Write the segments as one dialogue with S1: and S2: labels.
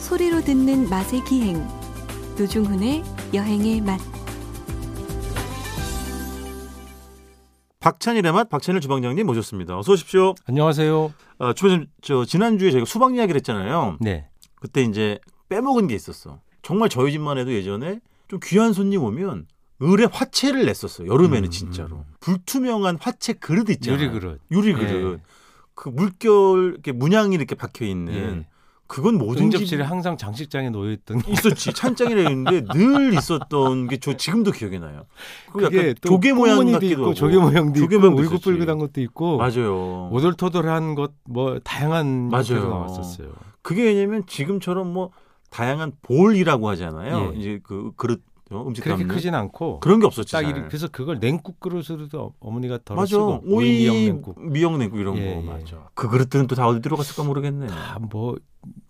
S1: 소리로 듣는 맛의 기행 노중훈의 여행의 맛
S2: 박찬일의 맛 박찬일 주방장님 모셨습니다. 어서 오십시오.
S3: 안녕하세요.
S2: 아, 주방장님, 저 지난주에 저희가 수박 이야기를 했잖아요.
S3: 네.
S2: 그때 이제 빼먹은 게 있었어. 정말 저희 집만 해도 예전에 좀 귀한 손님 오면 을에 화채를 냈었어요. 여름에는
S3: 음.
S2: 진짜로. 불투명한 화채 그릇 있잖아요.
S3: 요리 그릇. 예.
S2: 유리 그릇. 그 물결 이렇게 문양이 이렇게 박혀 있는
S3: 예.
S2: 그건
S3: 모든
S2: 뭐든지
S3: 접시를 항상 장식장에 놓여 있던
S2: 있었지 찬장이라 했는데 늘 있었던 게 저 지금도 기억이 나요. 그
S3: 그게
S2: 약간
S3: 또
S2: 조개 모양
S3: 꽃무늬도
S2: 같기도
S3: 있고
S2: 하고
S3: 조개 모양도
S2: 조개
S3: 있고
S2: 모양도
S3: 울긋불긋한
S2: 있었지.
S3: 것도 있고
S2: 맞아요.
S3: 오돌토돌한 것 뭐 다양한
S2: 맞아요.
S3: 형태로 나왔었어요.
S2: 그게 왜냐면 지금처럼 뭐 다양한 볼이라고 하잖아요.
S3: 예.
S2: 이제 그 그릇 어, 음식
S3: 그렇게
S2: 담는
S3: 크진 않고
S2: 그런 게 없었지.
S3: 딱
S2: 잘.
S3: 이리- 그래서 그걸 냉국 그릇으로도 어머니가 덜어
S2: 맞아.
S3: 쓰고 오이 미역 냉국
S2: 미역냉국 이런
S3: 예,
S2: 거
S3: 예.
S2: 맞아. 그 그릇들은 또 다 어디 들어갔을까 모르겠네.
S3: 다 뭐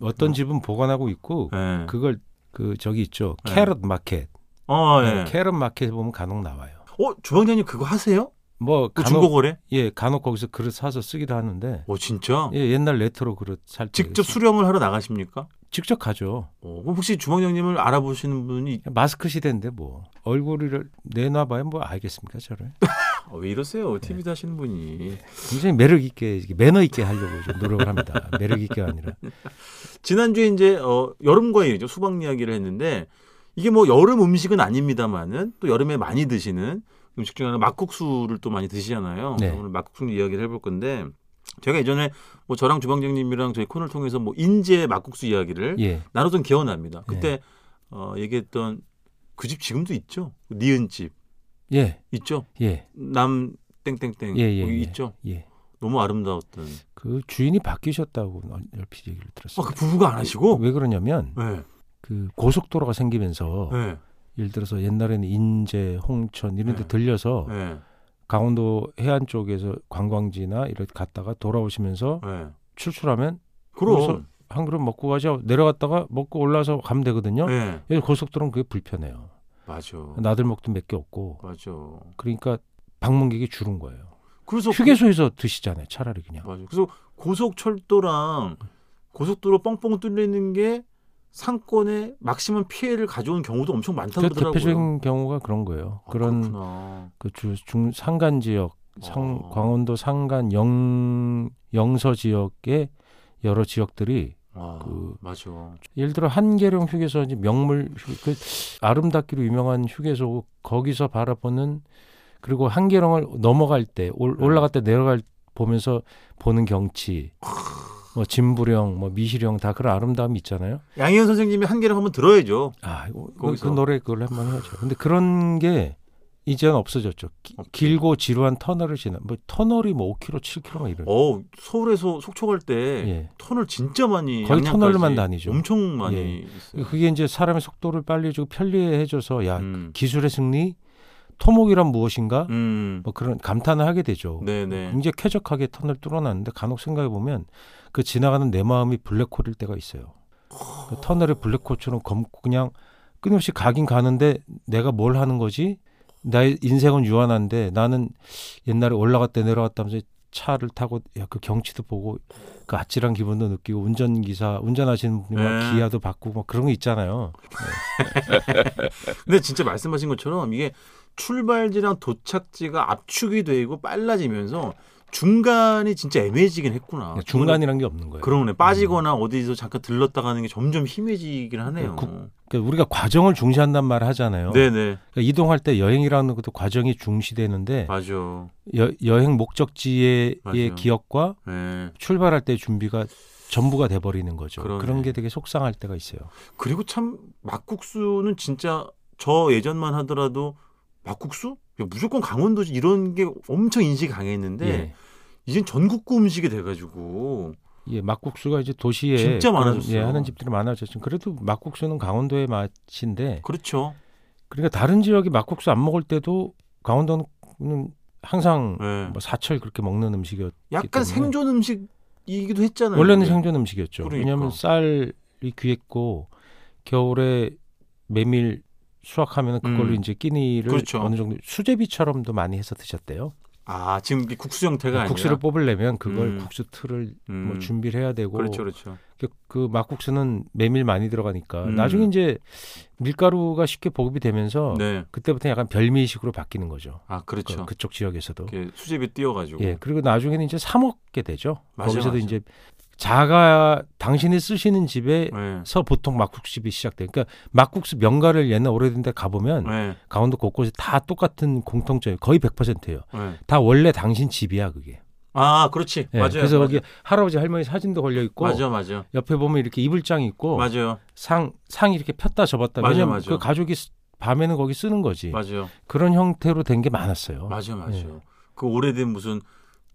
S3: 어떤 집은 보관하고 있고
S2: 예.
S3: 그걸 그 저기 있죠
S2: 네.
S3: 캐럿 마켓
S2: 어, 예.
S3: 네, 캐럿 마켓 보면 간혹 나와요.
S2: 어, 주방장님 그거 하세요?
S3: 뭐
S2: 그
S3: 간혹
S2: 중고거래?
S3: 예 간혹 거기서 그릇 사서 쓰기도 하는데
S2: 어, 진짜?
S3: 예, 옛날 레트로 그릇 살 때.
S2: 직접 수령을 하러 나가십니까?
S3: 직접 가죠.
S2: 어, 그럼 혹시 주방장님을 알아보시는 분이
S3: 마스크 시대인데 뭐 얼굴을 내놔봐야 뭐 알겠습니까 저를?
S2: 아, 왜 이러세요?
S3: 네.
S2: TV도 하시는 분이.
S3: 굉장히 매력 있게 이렇게 매너 있게 하려고 좀 노력을 합니다. 매력 있게가 아니라
S2: 지난주에 이제 어, 여름과 얘기죠. 수박 이야기를 했는데 이게 뭐 여름 음식은 아닙니다만은 또 여름에 많이 드시는 음식 중에 하나 막국수를 또 많이 드시잖아요.
S3: 네.
S2: 오늘 막국수 이야기를 해볼 건데 제가 예전에 뭐 저랑 주방장님이랑 저희 코너를 통해서 뭐 인제 막국수 이야기를
S3: 예
S2: 나눴던 기억납니다. 그때 어, 얘기했던 그 집 지금도 있죠. 니은 집
S3: 예,
S2: 있죠.
S3: 예,
S2: 남 땡땡땡
S3: 예, 예,
S2: 거기
S3: 예.
S2: 있죠.
S3: 예.
S2: 너무 아름다웠던.
S3: 그 주인이 바뀌셨다고 얼핏 얘기를
S2: 아,
S3: 들었어요.
S2: 그 부부가 안 하시고?
S3: 왜 그러냐면
S2: 네.
S3: 그 고속도로가 생기면서
S2: 네.
S3: 예를 들어서 옛날에는 인제, 홍천 이런 데
S2: 네.
S3: 들려서
S2: 네.
S3: 강원도 해안 쪽에서 관광지나 이렇게 갔다가 돌아오시면서
S2: 네.
S3: 출출하면
S2: 그럼.
S3: 그래서 한 그릇 먹고 가자 내려갔다가 먹고 올라와서 가면 되거든요.
S2: 네.
S3: 예, 고속도로는 그게 불편해요.
S2: 맞아.
S3: 나들 먹도 몇 개 없고
S2: 맞아.
S3: 그러니까 방문객이 줄은 거예요.
S2: 그래서
S3: 휴게소에서 드시잖아요. 차라리 그냥.
S2: 맞아. 그래서 고속철도랑 고속도로 뻥뻥 뚫리는 게 상권에 막심한 피해를 가져온 경우도 엄청 많다고
S3: 그
S2: 그러더라고요.
S3: 대표적인 경우가 그런 거예요.
S2: 아,
S3: 그런
S2: 그렇구나.
S3: 그 중 상간 지역, 상,
S2: 어.
S3: 광원도 상간 영 영서 지역의 여러 지역들이
S2: 아,
S3: 그-
S2: 맞아.
S3: 예를 들어 한계령 휴게소인지 명물 휴, 그 아름답기로 유명한 휴게소 거기서 바라보는 그리고 한계령을 넘어갈 때 올,
S2: 네.
S3: 올라갈 때 내려갈 보면서 보는 경치 뭐 진부령 뭐 미시령 다 그런 아름다움이 있잖아요.
S2: 양희은 선생님이 한 개를 한번 들어야죠.
S3: 아, 이거- 그,
S2: 거기서.
S3: 그 노래 그걸 한번 해야죠. 근데 그런 게 이제는 없어졌죠. 기-
S2: 없죠.
S3: 길고 지루한 터널을 지나 뭐 터널이 뭐 5km, 7km 막 이런.
S2: 어, 서울에서 속초 갈 때
S3: 예.
S2: 터널 진짜 많이
S3: 거의
S2: 양양까지
S3: 터널로만 다니죠.
S2: 엄청 많이
S3: 예.
S2: 있어요.
S3: 그게 아, 이제 사람의 속도를 빨리 주고 편리해 줘서 야,
S2: 음.
S3: 기술의 승리 토목이란 무엇인가
S2: 음.
S3: 뭐 그런 감탄을 하게 되죠.
S2: 네, 네.
S3: 굉장히 쾌적하게 터널 뚫어놨는데 간혹 생각해 보면 그 지나가는 내 마음이 블랙홀일 때가 있어요. 그 터널의 블랙홀처럼 검고 그냥 끊임없이 가긴 가는데 내가 뭘 하는 거지? 나의 인생은 유한한데 나는 옛날에 올라갔다 내려갔다면서 차를 타고 야, 그 경치도 보고 그 아찔한 기분도 느끼고 운전기사 운전하시는 분이
S2: 네.
S3: 막 기아도 받고 막 그런 거 있잖아요. 그러니까
S2: 근데 진짜 말씀하신 것처럼 이게 출발지랑 도착지가 압축이 되고 빨라지면서 중간이 진짜 애매해지긴 했구나.
S3: 네, 중간이란 음. 게 없는 거예요.
S2: 그러네 빠지거나 어디서 잠깐 들렀다 가는 게 점점 힘해지긴 하네요.
S3: 그- 그러니까 우리가 과정을 중시한단 말을 하잖아요.
S2: 네네
S3: 그러니까 이동할 때 여행이라는 것도 과정이 중시되는데
S2: 맞아.
S3: 여, 여행 목적지의
S2: 맞아요.
S3: 기억과
S2: 네.
S3: 출발할 때 준비가 전부가 돼버리는 거죠.
S2: 그러네.
S3: 그런 게 되게 속상할 때가 있어요.
S2: 그리고 참 막국수는 진짜 저 예전만 하더라도 막국수 야, 무조건 강원도 이런 게 엄청 인식이 강했는데 이젠 전국구 음식이 돼가지고
S3: 예, 예, 막국수가 이제 도시에
S2: 진짜
S3: 그런,
S2: 많아졌어요.
S3: 예, 하는 집들이 많아졌죠. 그래도 막국수는 강원도의 맛인데
S2: 그렇죠.
S3: 그러니까 다른 지역이 막국수 안 먹을 때도 강원도는 항상
S2: 네.
S3: 뭐 사철 그렇게 먹는 음식이었.
S2: 약간
S3: 때문에.
S2: 생존 음식이기도 했잖아요.
S3: 원래는
S2: 이게.
S3: 생존 음식이었죠.
S2: 네. 그러니까.
S3: 왜냐하면 쌀이 귀했고 겨울에 메밀 수확하면 그걸로
S2: 음.
S3: 이제 끼니를
S2: 그렇죠.
S3: 어느 정도 수제비처럼도 많이 해서 드셨대요.
S2: 아 지금 이 국수 형태가 아니라
S3: 국수를 뭐 뽑으려면 그걸
S2: 음.
S3: 국수 틀을
S2: 음.
S3: 뭐 준비를 해야 되고
S2: 그렇죠, 그렇죠.
S3: 그- 그 막국수는 메밀 많이 들어가니까
S2: 음.
S3: 나중에 이제 밀가루가 쉽게 보급이 되면서
S2: 네,
S3: 그때부터 약간 별미식으로 바뀌는 거죠.
S2: 아 그렇죠.
S3: 어. 그, 쪽 지역에서도.
S2: 이렇게 수제비 띄워가지고
S3: 예. 그리고 나중에는 이제 사 먹게 되죠.
S2: 맞아요,
S3: 거기서도
S2: 맞아요.
S3: 이제 자가 당신이 쓰시는 집에
S2: 네.
S3: 서 보통 막국수집이 시작돼. 그러니까 막국수 명가를 옛날 오래된데 가보면
S2: 네.
S3: 강원도 곳곳에 다 똑같은 공통점이 거의 100%예요.
S2: 네.
S3: 다 원래 당신 집이야 그게.
S2: 아 그렇지
S3: 예,
S2: 맞아요.
S3: 그래서
S2: 맞아요.
S3: 거기 할아버지 할머니 사진도 걸려 있고
S2: 맞아 맞아
S3: 옆에 보면 이렇게 이불장이 있고
S2: 맞아요
S3: 상, 상 이렇게 폈다 접었다.
S2: 맞아,
S3: 왜냐면
S2: 맞아.
S3: 그 가족이 쓰- 밤에는 거기 쓰는 거지.
S2: 맞아요
S3: 그런 형태로 된 게 예. 많았어요.
S2: 맞아요 맞아요
S3: 예.
S2: 그 오래된 무슨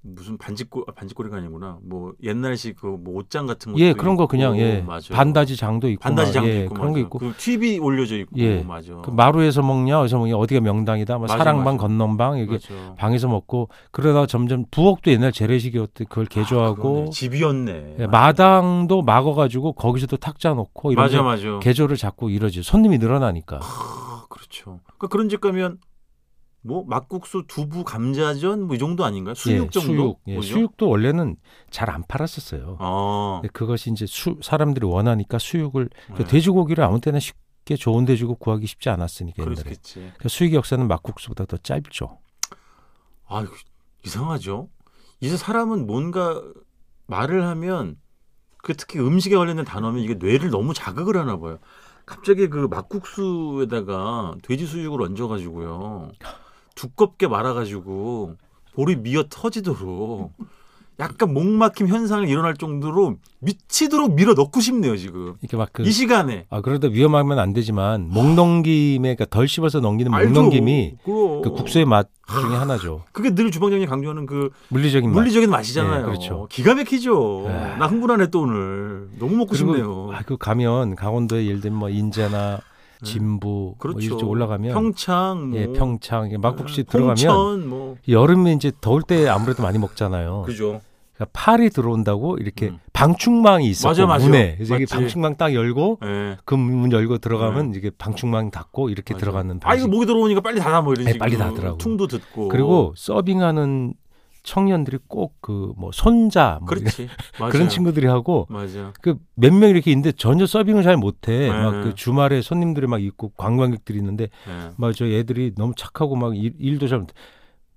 S2: 무슨 반지꼬 아, 반지꼬리가 아니구나 뭐 옛날식 그뭐 옷장 같은 것도
S3: 예, 그런 거 그냥
S2: 있고,
S3: 예.
S2: 맞아요.
S3: 반다지 장도 있고
S2: 반다지
S3: 막,
S2: 장도
S3: 예,
S2: 있고
S3: 그런 거
S2: 맞아요.
S3: 있고.
S2: 그 TV 올려져 있고
S3: 예.
S2: 맞아
S3: 그 마루에서 먹냐 어디서 먹냐 어디가 명당이다 뭐
S2: 맞아,
S3: 사랑방
S2: 맞아.
S3: 건넌방 이게
S2: 그렇죠.
S3: 방에서 먹고 그러다가 점점 부엌도 옛날 재래식이었대 그걸
S2: 아, 그러네.
S3: 개조하고
S2: 집이었네
S3: 예, 마당도 막아가지고 거기서도 탁자 놓고 뭐 이런
S2: 맞아
S3: 게
S2: 맞아
S3: 개조를 자꾸 이러지 손님이 늘어나니까
S2: 아, 그렇죠 그러니까 그런 집 가면 뭐 막국수 두부 감자전 뭐 이 정도 아닌가요 수육
S3: 예,
S2: 정도
S3: 수육, 예,
S2: 뭐죠?
S3: 수육도 원래는 잘 안 팔았었어요.
S2: 어
S3: 근데 그것이 이제 수, 사람들이 원하니까 수육을
S2: 네.
S3: 그러니까 돼지고기를 아무 때나 쉽게 좋은 돼지고 구하기 쉽지 않았으니까 옛날에
S2: 그렇겠지
S3: 그러니까 수익 역사는 막국수보다 더 짧죠.
S2: 아 이상하죠. 이제 사람은 뭔가 말을 하면 그 특히 음식에 관련된 단어면 이게 뇌를 너무 자극을 하나 봐요. 갑자기 그 막국수에다가 돼지 수육을 얹어가지고요 두껍게 말아가지고 볼이 미어 터지도록 약간 목막힘 현상이 일어날 정도로 미치도록 밀어 넣고 싶네요 지금
S3: 이렇게 막 그
S2: 이 시간에
S3: 아, 그러다 위험하면 안 되지만 목넘김에 그러니까 덜 씹어서 넘기는
S2: 알죠? 어.
S3: 목넘김이
S2: 그럼.
S3: 그 국수의 맛 중에 하나죠.
S2: 그게 늘 주방장님 이 강조하는 그
S3: 물리적인 맛.
S2: 물리적인 맛이잖아요.
S3: 예, 그렇죠.
S2: 기가 막히죠.
S3: 예.
S2: 나 흥분하네 또 오늘. 너무 먹고 싶네요.
S3: 아, 그 가면 강원도에 예를 들면 뭐 인제나
S2: 예.
S3: 진부
S2: 그렇죠.
S3: 뭐 이쪽 올라가면
S2: 평창, 뭐,
S3: 예, 평창 이게 막국수
S2: 예,
S3: 들어가면
S2: 홍천, 뭐
S3: 여름에 이제 더울 때 아무래도 많이 먹잖아요.
S2: 그죠.
S3: 그러니까 팔이 들어온다고 이렇게
S2: 음.
S3: 방충망이 있었고
S2: 맞아, 맞아.
S3: 문에 그래서 이게
S2: 맞지.
S3: 방충망 딱 열고
S2: 예.
S3: 그 문 열고 들어가면 이게 방충망 닫고 이렇게
S2: 맞아요.
S3: 들어가는
S2: 아 이거
S3: 방식.
S2: 목이 들어오니까 빨리 닫아 뭐 이런
S3: 예,
S2: 식으로
S3: 빨리 닫으라고.
S2: 퉁도 듣고
S3: 그리고 서빙하는 청년들이 꼭 그 뭐 손자 뭐 이런
S2: 그렇지 맞아요.
S3: 그런 친구들이 하고
S2: 맞아
S3: 그 몇 명 이렇게 있는데 전혀 서빙을 잘 못해.
S2: 네.
S3: 막 그 주말에 손님들이 막 있고 관광객들이 있는데
S2: 예.
S3: 막 저 애들이 너무 착하고 막 일, 일도 잘 못해.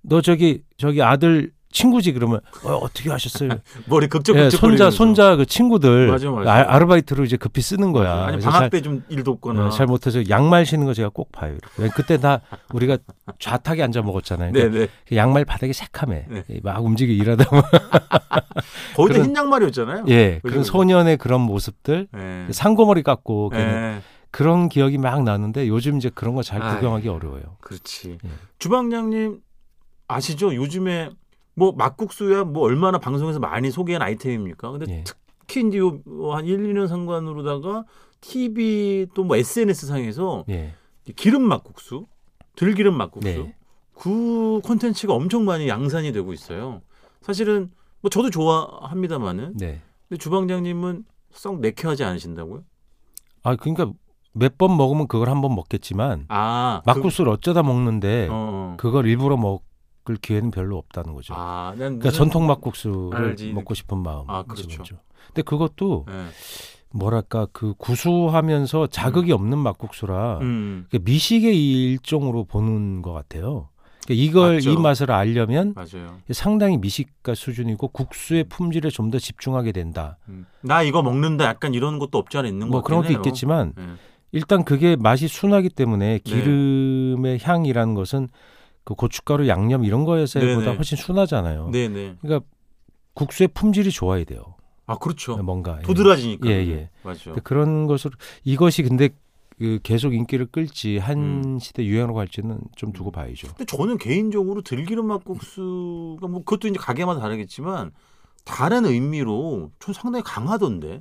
S3: 너 저기 저기 아들 친구지 그러면 어, 어떻게 하셨어요?
S2: 머리 극적
S3: 예,
S2: 극적
S3: 손자 손자 그 친구들
S2: 맞아, 맞아.
S3: 아, 르바이트로 이제 급히 쓰는 거야.
S2: 아니
S3: 그래서
S2: 방학
S3: 예, 잘-
S2: 때 좀 일도 없거나
S3: 어, 잘 못해서 양말 신는 거 제가 꼭 봐요. 이렇게. 그때 다 우리가 좌탁에 앉아 먹었잖아요. 그러니까
S2: 네네
S3: 그 양말 바닥이 새카매
S2: 네.
S3: 예, 막 움직여 일하다 보면
S2: 거의 다
S3: 그런-
S2: 흰 양말이었잖아요.
S3: 예
S2: 그죠,
S3: 그런
S2: 그죠.
S3: 소년의 그런 모습들
S2: 예.
S3: 상고머리 깎고 걔는
S2: 예.
S3: 그런 기억이 막 나는데 요즘 이제 그런 거 잘
S2: 아이. 예.
S3: 구경하기 어려워요.
S2: 그렇지.
S3: 예.
S2: 주방장님 아시죠? 요즘에 뭐 막국수야 뭐 얼마나 방송에서 많이 소개한 아이템입니까? 근데
S3: 예.
S2: 특히 이제 요한 1, 2년 상관으로다가 TV 또 뭐 SNS 상에서
S3: 예.
S2: 기름 막국수, 들기름 막국수
S3: 네.
S2: 그 콘텐츠가 엄청 많이 양산이 되고 있어요. 사실은 뭐 저도 좋아합니다만은
S3: 네.
S2: 근데 주방장님은 썩 내켜하지 않으신다고요?
S3: 아 그러니까 몇 번 먹으면 그걸 한 번 먹겠지만
S2: 아
S3: 막국수를 어쩌다 먹는데
S2: 그, 어, 어.
S3: 그걸 일부러 먹을 기회는 별로 없다는 거죠.
S2: 아, 난
S3: 그러니까
S2: 무슨-
S3: 전통 막국수를
S2: 알지.
S3: 먹고 싶은 마음.
S2: 아, 그렇죠.
S3: 근데 그것도
S2: 예.
S3: 뭐랄까 그 구수하면서 자극이 없는 막국수라
S2: 음,
S3: 그러니까 미식의 일종으로 보는 것 같아요. 그러니까 이걸
S2: 맞죠.
S3: 이 맛을 알려면
S2: 맞아요.
S3: 상당히 미식가 수준이고 국수의 품질에 좀 더 집중하게 된다.
S2: 음. 나 이거 먹는다 약간 이런 것도 없지 않아 있는
S3: 뭐
S2: 것
S3: 그런 것도
S2: 같긴 해요. 네.
S3: 있겠지만
S2: 예.
S3: 일단 그게 맛이 순하기 때문에 기름의 향이라는 것은 그 고춧가루 양념 이런 거에서보다
S2: 네네.
S3: 훨씬 순하잖아요.
S2: 네네.
S3: 그러니까 국수의 품질이 좋아야 돼요.
S2: 아 그렇죠.
S3: 뭔가 예.
S2: 도드라지니까.
S3: 예, 예.
S2: 맞아요.
S3: 근데 그런 것으로 이것이 근데 그 계속 인기를 끌지 한
S2: 음.
S3: 시대 유행으로 갈지는 좀 두고 봐야죠.
S2: 근데 저는 개인적으로 들기름 막국수가 뭐 그것도 이제 가게마다 다르겠지만 다른 의미로 전 상당히 강하던데.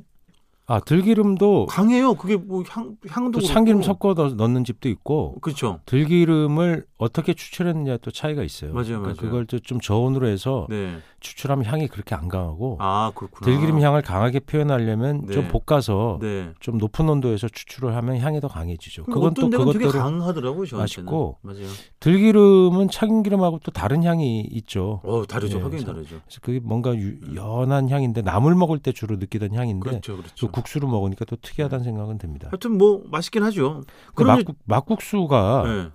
S3: 아 들기름도
S2: 강해요. 그게 뭐 향 향도
S3: 또
S2: 그렇고.
S3: 참기름 섞어 넣- 넣는 집도 있고
S2: 그렇죠.
S3: 들기름을 어떻게 추출했느냐 또 차이가 있어요. 그러니까
S2: 맞아요, 맞아요.
S3: 그걸 또 좀 저온으로 해서
S2: 네.
S3: 추출하면 향이 그렇게 안 강하고
S2: 아 그렇구나.
S3: 뭐. 들기름 향을 강하게 표현하려면
S2: 네.
S3: 좀 볶아서
S2: 네.
S3: 좀 높은 온도에서 추출을 하면 향이 더 강해지죠. 그건 또
S2: 어떤 데는 되게
S3: 그것대로
S2: 강하더라고요. 저한테는.
S3: 맛있고.
S2: 맞아요.
S3: 들기름은 참기름하고 또 다른 향이 있죠.
S2: 어 다르죠.
S3: 예,
S2: 확연히
S3: 참.
S2: 다르죠.
S3: 그래서 그게 뭔가 유- 연한 향인데 나물 먹을 때 주로 느끼던 향인데
S2: 그렇죠,
S3: 그
S2: 그렇죠.
S3: 국수로 먹으니까 또 특이하다는 생각은 듭니다.
S2: 하여튼 뭐 맛있긴 하죠.
S3: 그
S2: 그러면
S3: 막국, 막국수가
S2: 네.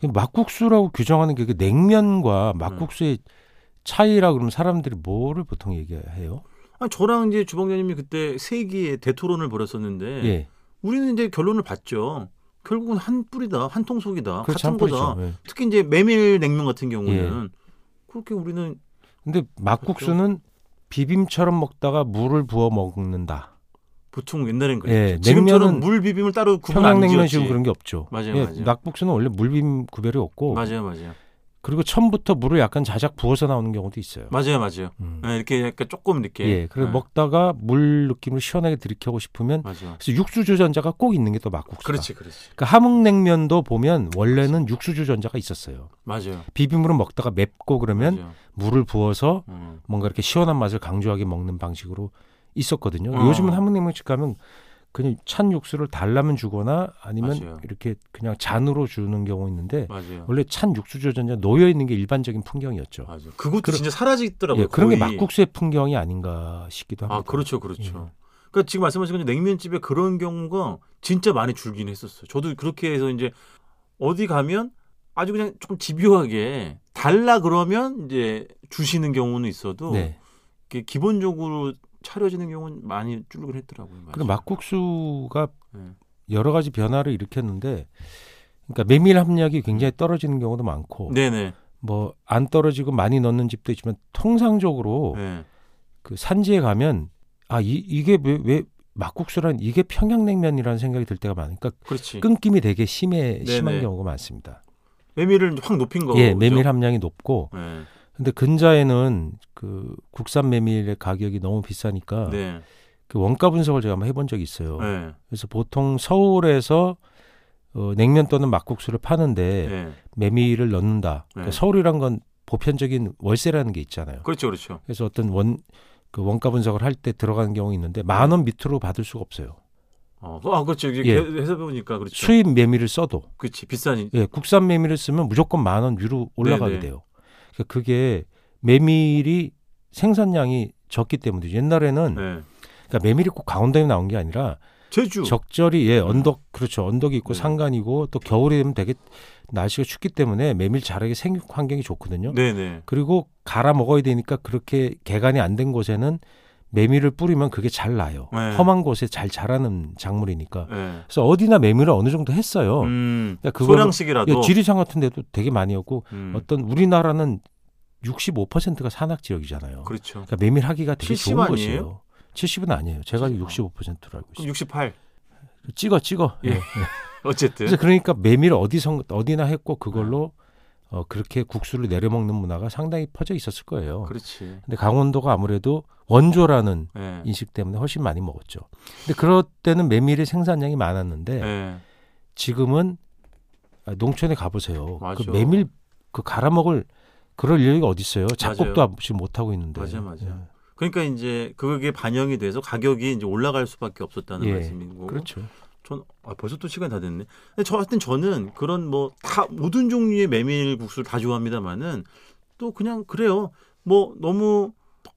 S3: 그 막국수라고 규정하는 게 그
S2: 음.
S3: 냉면과 막국수의 차이라 그러면 사람들이 뭐를 보통 얘기해요?
S2: 아, 저랑 이제 주방장님이 그때 세기의 대토론을 벌였었는데
S3: 예,
S2: 우리는 이제 결론을 봤죠. 결국은 한 뿌리다, 한 통속이다,
S3: 그
S2: 아, 같은
S3: 참
S2: 거다.
S3: 뿌리죠. 예.
S2: 특히 이제 메밀 냉면 같은 경우는 그렇게 우리는
S3: 근데 막국수는
S2: 그렇죠.
S3: 비빔처럼 먹다가 물을 부어 먹는다.
S2: 보통 옛날엔
S3: 예,
S2: 그랬죠. 지금처럼
S3: 냉면은
S2: 물 비빔을 따로 구분 안
S3: 평양냉면
S2: 지었지.
S3: 지금 그런 게 없죠. 예.
S2: 맞아요, 맞아요.
S3: 막국수는 원래 물빔 구별이 없고
S2: 맞아요, 맞아요,
S3: 그리고 처음부터 물을 약간 자작 부어서 나오는 경우도 있어요.
S2: 맞아요, 맞아요.
S3: 음.
S2: 예, 이렇게 약간 조금 이렇게
S3: 예, 그래서
S2: 예,
S3: 먹다가 물 느낌을 시원하게 들이켜고 싶으면
S2: 맞아요.
S3: 그래서 육수 주전자가 꼭 있는 게 또 막국수.
S2: 그렇지, 그렇지.
S3: 그 함흥냉면도 보면 원래는 육수 주전자가 있었어요.
S2: 맞아요.
S3: 비빔으로 먹다가 맵고 그러면
S2: 맞아요.
S3: 물을 부어서
S2: 음.
S3: 뭔가 이렇게 시원한 맛을 강조하게 먹는 방식으로 있었거든요.
S2: 어.
S3: 요즘은 함흥냉면집 가면 그냥 찬 육수를 달라면 주거나 아니면
S2: 맞아요.
S3: 이렇게 그냥 잔으로 주는 경우 있는데
S2: 맞아요.
S3: 원래 찬 육수 주전자 놓여 있는 게 일반적인 풍경이었죠.
S2: 맞아요. 그것도
S3: 그런-
S2: 진짜 사라지더라고요.
S3: 예, 그런 게
S2: 거의.
S3: 막국수의 풍경이 아닌가 싶기도 예. 합니다.
S2: 아, 그렇죠, 그렇죠. 그러니까 지금 말씀하신 것처럼 냉면집에 그런 경우가 진짜 많이 줄긴 했었어요. 저도 그렇게 해서 이제 어디 가면 아주 그냥 조금 집요하게 달라 그러면 이제 주시는 경우는 있어도
S3: 네.
S2: 이렇게 기본적으로 차려지는 경우는 많이 줄긴 했더라고요.
S3: 그리고 막국수가
S2: 네.
S3: 여러 가지 변화를 일으켰는데 그러니까 메밀 함량이 굉장히 떨어지는 경우도 많고
S2: 네네.
S3: 뭐 안 떨어지고 많이 넣는 집도 있지만 통상적으로
S2: 네.
S3: 그 산지에 가면 아 이, 이게 왜, 왜 막국수란 이게 평양냉면이라는 생각이 들 때가 많으니까
S2: 그렇지.
S3: 끊김이 되게 심해 심한
S2: 네. 네네.
S3: 경우가 많습니다.
S2: 메밀을 확 높인 거.
S3: 예, 메밀 함량이 높고
S2: 네.
S3: 근데 근자에는 그 국산 메밀의 가격이 너무 비싸니까
S2: 네.
S3: 그 원가 분석을 제가 한번 해본 적이 있어요.
S2: 네.
S3: 그래서 보통 서울에서 어, 냉면 또는 막국수를 파는데
S2: 네.
S3: 메밀을 넣는다. 그러니까
S2: 네.
S3: 서울이란 건 보편적인 월세라는 게 있잖아요.
S2: 그렇죠, 그렇죠.
S3: 그래서 어떤 원, 그 원가 분석을 할 때 들어가는 경우
S2: 네.
S3: 있는데 만 원 밑으로 받을 수가 없어요.
S2: 어, 아, 그렇죠. 이게
S3: 예.
S2: 해서 보니까 그렇죠.
S3: 수입 메밀을 써도
S2: 그렇지. 비싸니.
S3: 예, 국산 메밀을 쓰면 무조건 만 원 위로 올라가게
S2: 네, 네.
S3: 돼요. 그러니까 그게 메밀이 생산량이 적기 때문이죠. 옛날에는
S2: 네.
S3: 그러니까 메밀이 꼭 강원도에 나온 게 아니라
S2: 제주.
S3: 적절히 예 언덕 그렇죠 언덕이 있고
S2: 네.
S3: 산간이고 또 겨울이 되면 되게 날씨가 춥기 때문에 메밀 자라기 생육 환경이 좋거든요.
S2: 네네.
S3: 그리고 갈아 먹어야 되니까 그렇게 개간이 안 된 곳에는 메밀을 뿌리면 그게 잘 나요.
S2: 네.
S3: 험한 곳에 잘 자라는 작물이니까.
S2: 예.
S3: 그래서 어디나 메밀을 어느 정도 했어요.
S2: 음,
S3: 그러니까 그거는-
S2: 소량씩이라도
S3: 예, 지리산 같은 데도 되게 많이 였고
S2: 음,
S3: 어떤 우리나라는 65%가 산악 지역이잖아요. 그러
S2: 그렇죠.
S3: 니까 메밀 하기가 되게
S2: 70
S3: 좋은
S2: 아니에요?
S3: 곳이에요. 70은 아니에요. 제가
S2: 70.
S3: 65%로 알고 있어요.
S2: 그럼 68
S3: 찍어 찍어.
S2: 예.
S3: 예.
S2: 어쨌든
S3: 그래서 그러니까 메밀 어디선 어디나 했고 그걸로
S2: 네.
S3: 어, 그렇게 국수를 내려 먹는 문화가 상당히 퍼져 있었을 거예요.
S2: 그렇지.
S3: 근데 강원도가 아무래도 원조라는
S2: 예.
S3: 인식 때문에 훨씬 많이 먹었죠. 근데 그럴 때는 메밀의 생산량이 많았는데
S2: 예.
S3: 지금은 아, 농촌에 가보세요.
S2: 맞아.
S3: 그 메밀 그 갈아 먹을 그럴 여유가 어디 있어요? 작곡도
S2: 맞아요.
S3: 아- 지금 못 하고 있는데.
S2: 맞아, 맞아.
S3: 예.
S2: 그러니까 이제 그게 반영이 돼서 가격이 이제 올라갈 수밖에 없었다는
S3: 예.
S2: 말씀인 거고.
S3: 그렇죠.
S2: 전 아, 벌써 또 시간 다 됐네. 근데 저 하여튼 저는 그런 뭐 다 모든 종류의 메밀 국수를 다 좋아합니다만은 또 그냥 그래요. 뭐 너무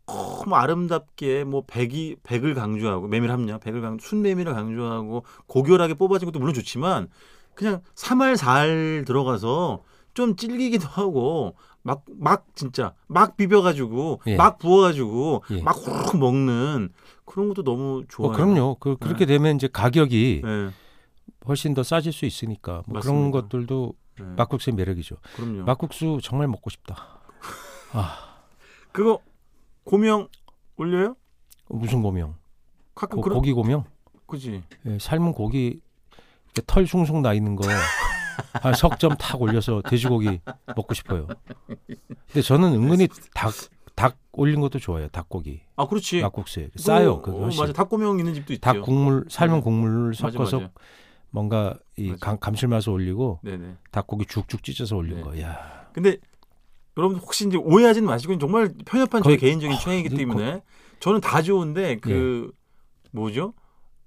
S2: 너무 아름답게 뭐 백이 백을 강조하고 메밀 함량 백을 강 순메밀을 강조하고 고결하게 뽑아진 것도 물론 좋지만 그냥 3알 4알 들어가서 좀 질기기도 하고 막 막 진짜 막 비벼가지고
S3: 예.
S2: 막 부어가지고
S3: 예.
S2: 막 후루룩 먹는 그런 것도 너무 좋아요.
S3: 어, 그럼요. 그, 그렇게
S2: 네.
S3: 되면 이제 가격이
S2: 예, 훨
S3: 훨씬 더 싸질 수 있으니까 뭐
S2: 맞습니다. 네.
S3: 그런 것들도
S2: 예,
S3: 막국수의 매력이죠.
S2: 그럼요.
S3: 막국수 정말 먹고 싶다.
S2: 그거 고명 올려요?
S3: 어, 무슨 고명?
S2: 가끔
S3: 고,
S2: 그런
S3: 고기 고명?
S2: 그지.
S3: 예, 삶은 고기 이렇게 털 숭숭 나 있는 거. 한 석점 탁 올려서 돼지고기 먹고 싶어요. 근데 저는 은근히 닭 닭 올린 것도 좋아요. 닭고기,
S2: 아 그렇지.
S3: 막국수에
S2: 그거-
S3: 싸요. 그거
S2: 어,
S3: 훨씬.
S2: 맞아. 닭고명 있는 집도 있죠.
S3: 닭 국물 삶은
S2: 네.
S3: 국물을
S2: 맞아,
S3: 섞어서
S2: 맞아.
S3: 뭔가 이
S2: 맞아.
S3: 감, 감칠맛을 올리고
S2: 네네.
S3: 닭고기 죽죽 찢어서 올린
S2: 네.
S3: 거야.
S2: 근데 여러분 혹시 이제 오해하진 마시고 이건 정말 편협한 저의
S3: 거의- 네.
S2: 개인적인
S3: 아,
S2: 취향이기
S3: 근데
S2: 때문에 저는 다 좋은데 그 뭐죠?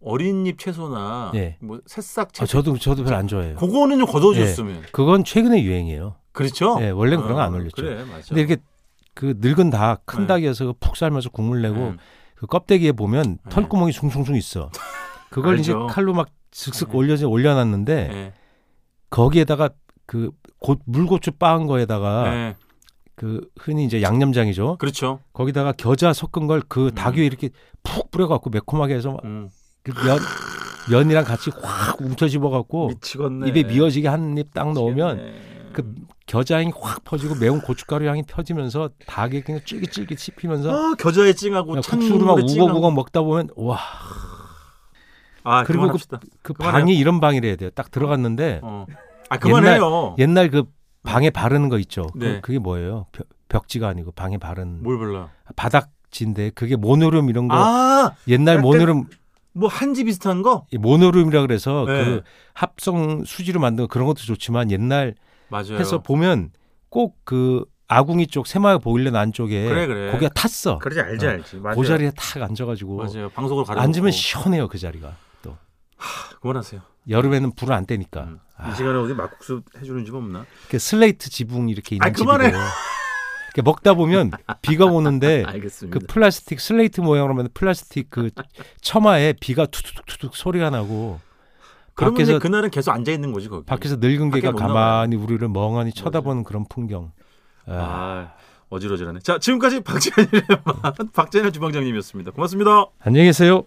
S2: 어린잎 채소나
S3: 예.
S2: 뭐 새싹 채소
S3: 아, 저도 저도 별로 안 좋아해요.
S2: 그거는 좀 걷어줬으면
S3: 그건 최근에 유행이에요.
S2: 그렇죠.
S3: 예, 원래는 그런 거 안
S2: 어,
S3: 올렸죠.
S2: 그래 맞아.
S3: 근데 이렇게 그 늙은 닭, 큰
S2: 네.
S3: 닭이어서 푹 삶아서 국물 내고
S2: 음.
S3: 그 껍데기에 보면
S2: 네.
S3: 털구멍이 숭숭숭 있어. 그걸
S2: 알죠.
S3: 이제 칼로 막 슥슥
S2: 네.
S3: 올려서 올려놨는데
S2: 예.
S3: 거기에다가 그 고, 물고추 빻은 거에다가
S2: 예.
S3: 그 흔히 이제 양념장이죠.
S2: 그렇죠.
S3: 거기다가 겨자 섞은 걸 그
S2: 음.
S3: 닭 위에 이렇게 푹 뿌려갖고 매콤하게 해서 막
S2: 음.
S3: 그 면, 면이랑 같이 확 움켜집어갖고
S2: 미치겠네.
S3: 입에 미어지게 한 입 딱 넣으면
S2: 미치겠네.
S3: 그 겨자향이 확 퍼지고 매운 고춧가루 향이 펴지면서 닭이 그냥 쫄깃쫄깃 씹히면서
S2: 아, 겨자에 찡하고
S3: 국수로만
S2: 찬물에 찡하고
S3: 우걱우걱 먹다 보면 와
S2: 아
S3: 그리고
S2: 그리고 그
S3: 그
S2: 그만해요.
S3: 방이 이런 방이래야 돼요. 딱 들어갔는데
S2: 아 그만해요.
S3: 옛날 그 방에 바르는 거 있죠.
S2: 네.
S3: 그, 게 뭐예요? 벽, 지가 아니고 방에 바른
S2: 뭘 몰라.
S3: 바닥지인데 그게 모노룸 이런 거
S2: 아뭐
S3: 옛날
S2: 약간-
S3: 모노룸
S2: 한지 비슷한 거
S3: 이 모노룸이라 그래서
S2: 네.
S3: 그 합성 수지로 만든 거 그런 것도 좋지만 옛날
S2: 맞아요.
S3: 해서 보면 꼭 그 아궁이 쪽 새마을 보일러 난 쪽에
S2: 그래, 그래.
S3: 고기가 탔어.
S2: 그러지 알지
S3: 어,
S2: 알지. 맞아요.
S3: 그 자리에 탁 앉아가지고
S2: 맞아요. 어. 방송을 가려.
S3: 앉으면 시원해요 그 자리가. 또
S2: 그만하세요.
S3: 여름에는 불을 안 떼니까.
S2: 음.
S3: 아.
S2: 이 시간에 어디 막국수 해주는 집 없나?
S3: 이렇게 그 슬레이트 지붕 이렇게 있는
S2: 아,
S3: 집이고
S2: 그만해.
S3: 이렇게 먹다 보면 비가 오는데 그
S2: 알겠습니다.
S3: 플라스틱 슬레이트 모양으로 만든 플라스틱 그 처마에 비가 투둑투둑 소리가 나고
S2: 그러면
S3: 밖에서
S2: 이제 그날은 계속 앉아 있는 거지 거기.
S3: 밖에서 늙은
S2: 밖에
S3: 개가
S2: 못 그렇죠.
S3: 가만히 우리를 멍하니 쳐다보는 그런 풍경. 아,
S2: 아 어지러지라네. 자 지금까지 박재현의 맛 박재현 주방장님이었습니다. 고맙습니다.
S3: 안녕히 계세요.